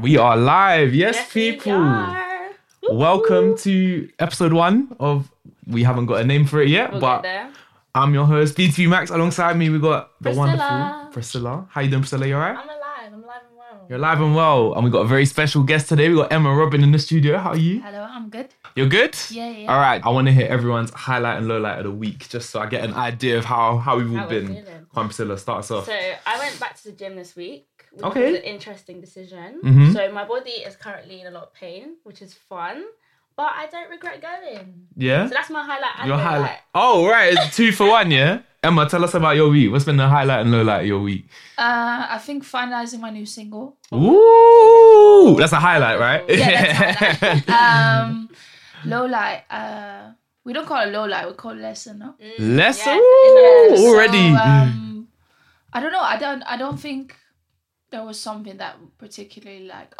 We are live. Yes, Yes, we people. are. Woo-hoo. Welcome to episode one of we haven't got a name for it yet, We'll get but there. I'm your host, BTV Max. Alongside me, we got the Priscilla. wonderful Priscilla. How you doing, Priscilla? You alright? I'm alive. I'm alive and well. You're alive and well. And we got a very special guest today. We got Emma Robin in the studio. How are you? Hello, I'm good. You're good? Yeah, yeah. All right. I want to hear everyone's highlight and lowlight of the week, just so I get an idea of how how we've all How we're been. feeling. Come on, Priscilla, start us off. So I went back to the gym this week, which Okay. was an interesting decision. Mhm. So my body is currently in a lot of pain, which is fun, but I don't regret going. yeah. So that's my highlight. and Your lowlight. highlight. Oh, right. It's two for one, yeah? Emma, tell us about your week. What's been the highlight and lowlight of your week? Uh, I think finalizing my new single. Ooh. That's a highlight, right? Yeah, that's Um, low light. Uh, we don't call it low light. We call it lesson. No. Mm, Less. yeah, Ooh, so- So, already. um, I don't know. I don't. I don't think there was something that particularly like.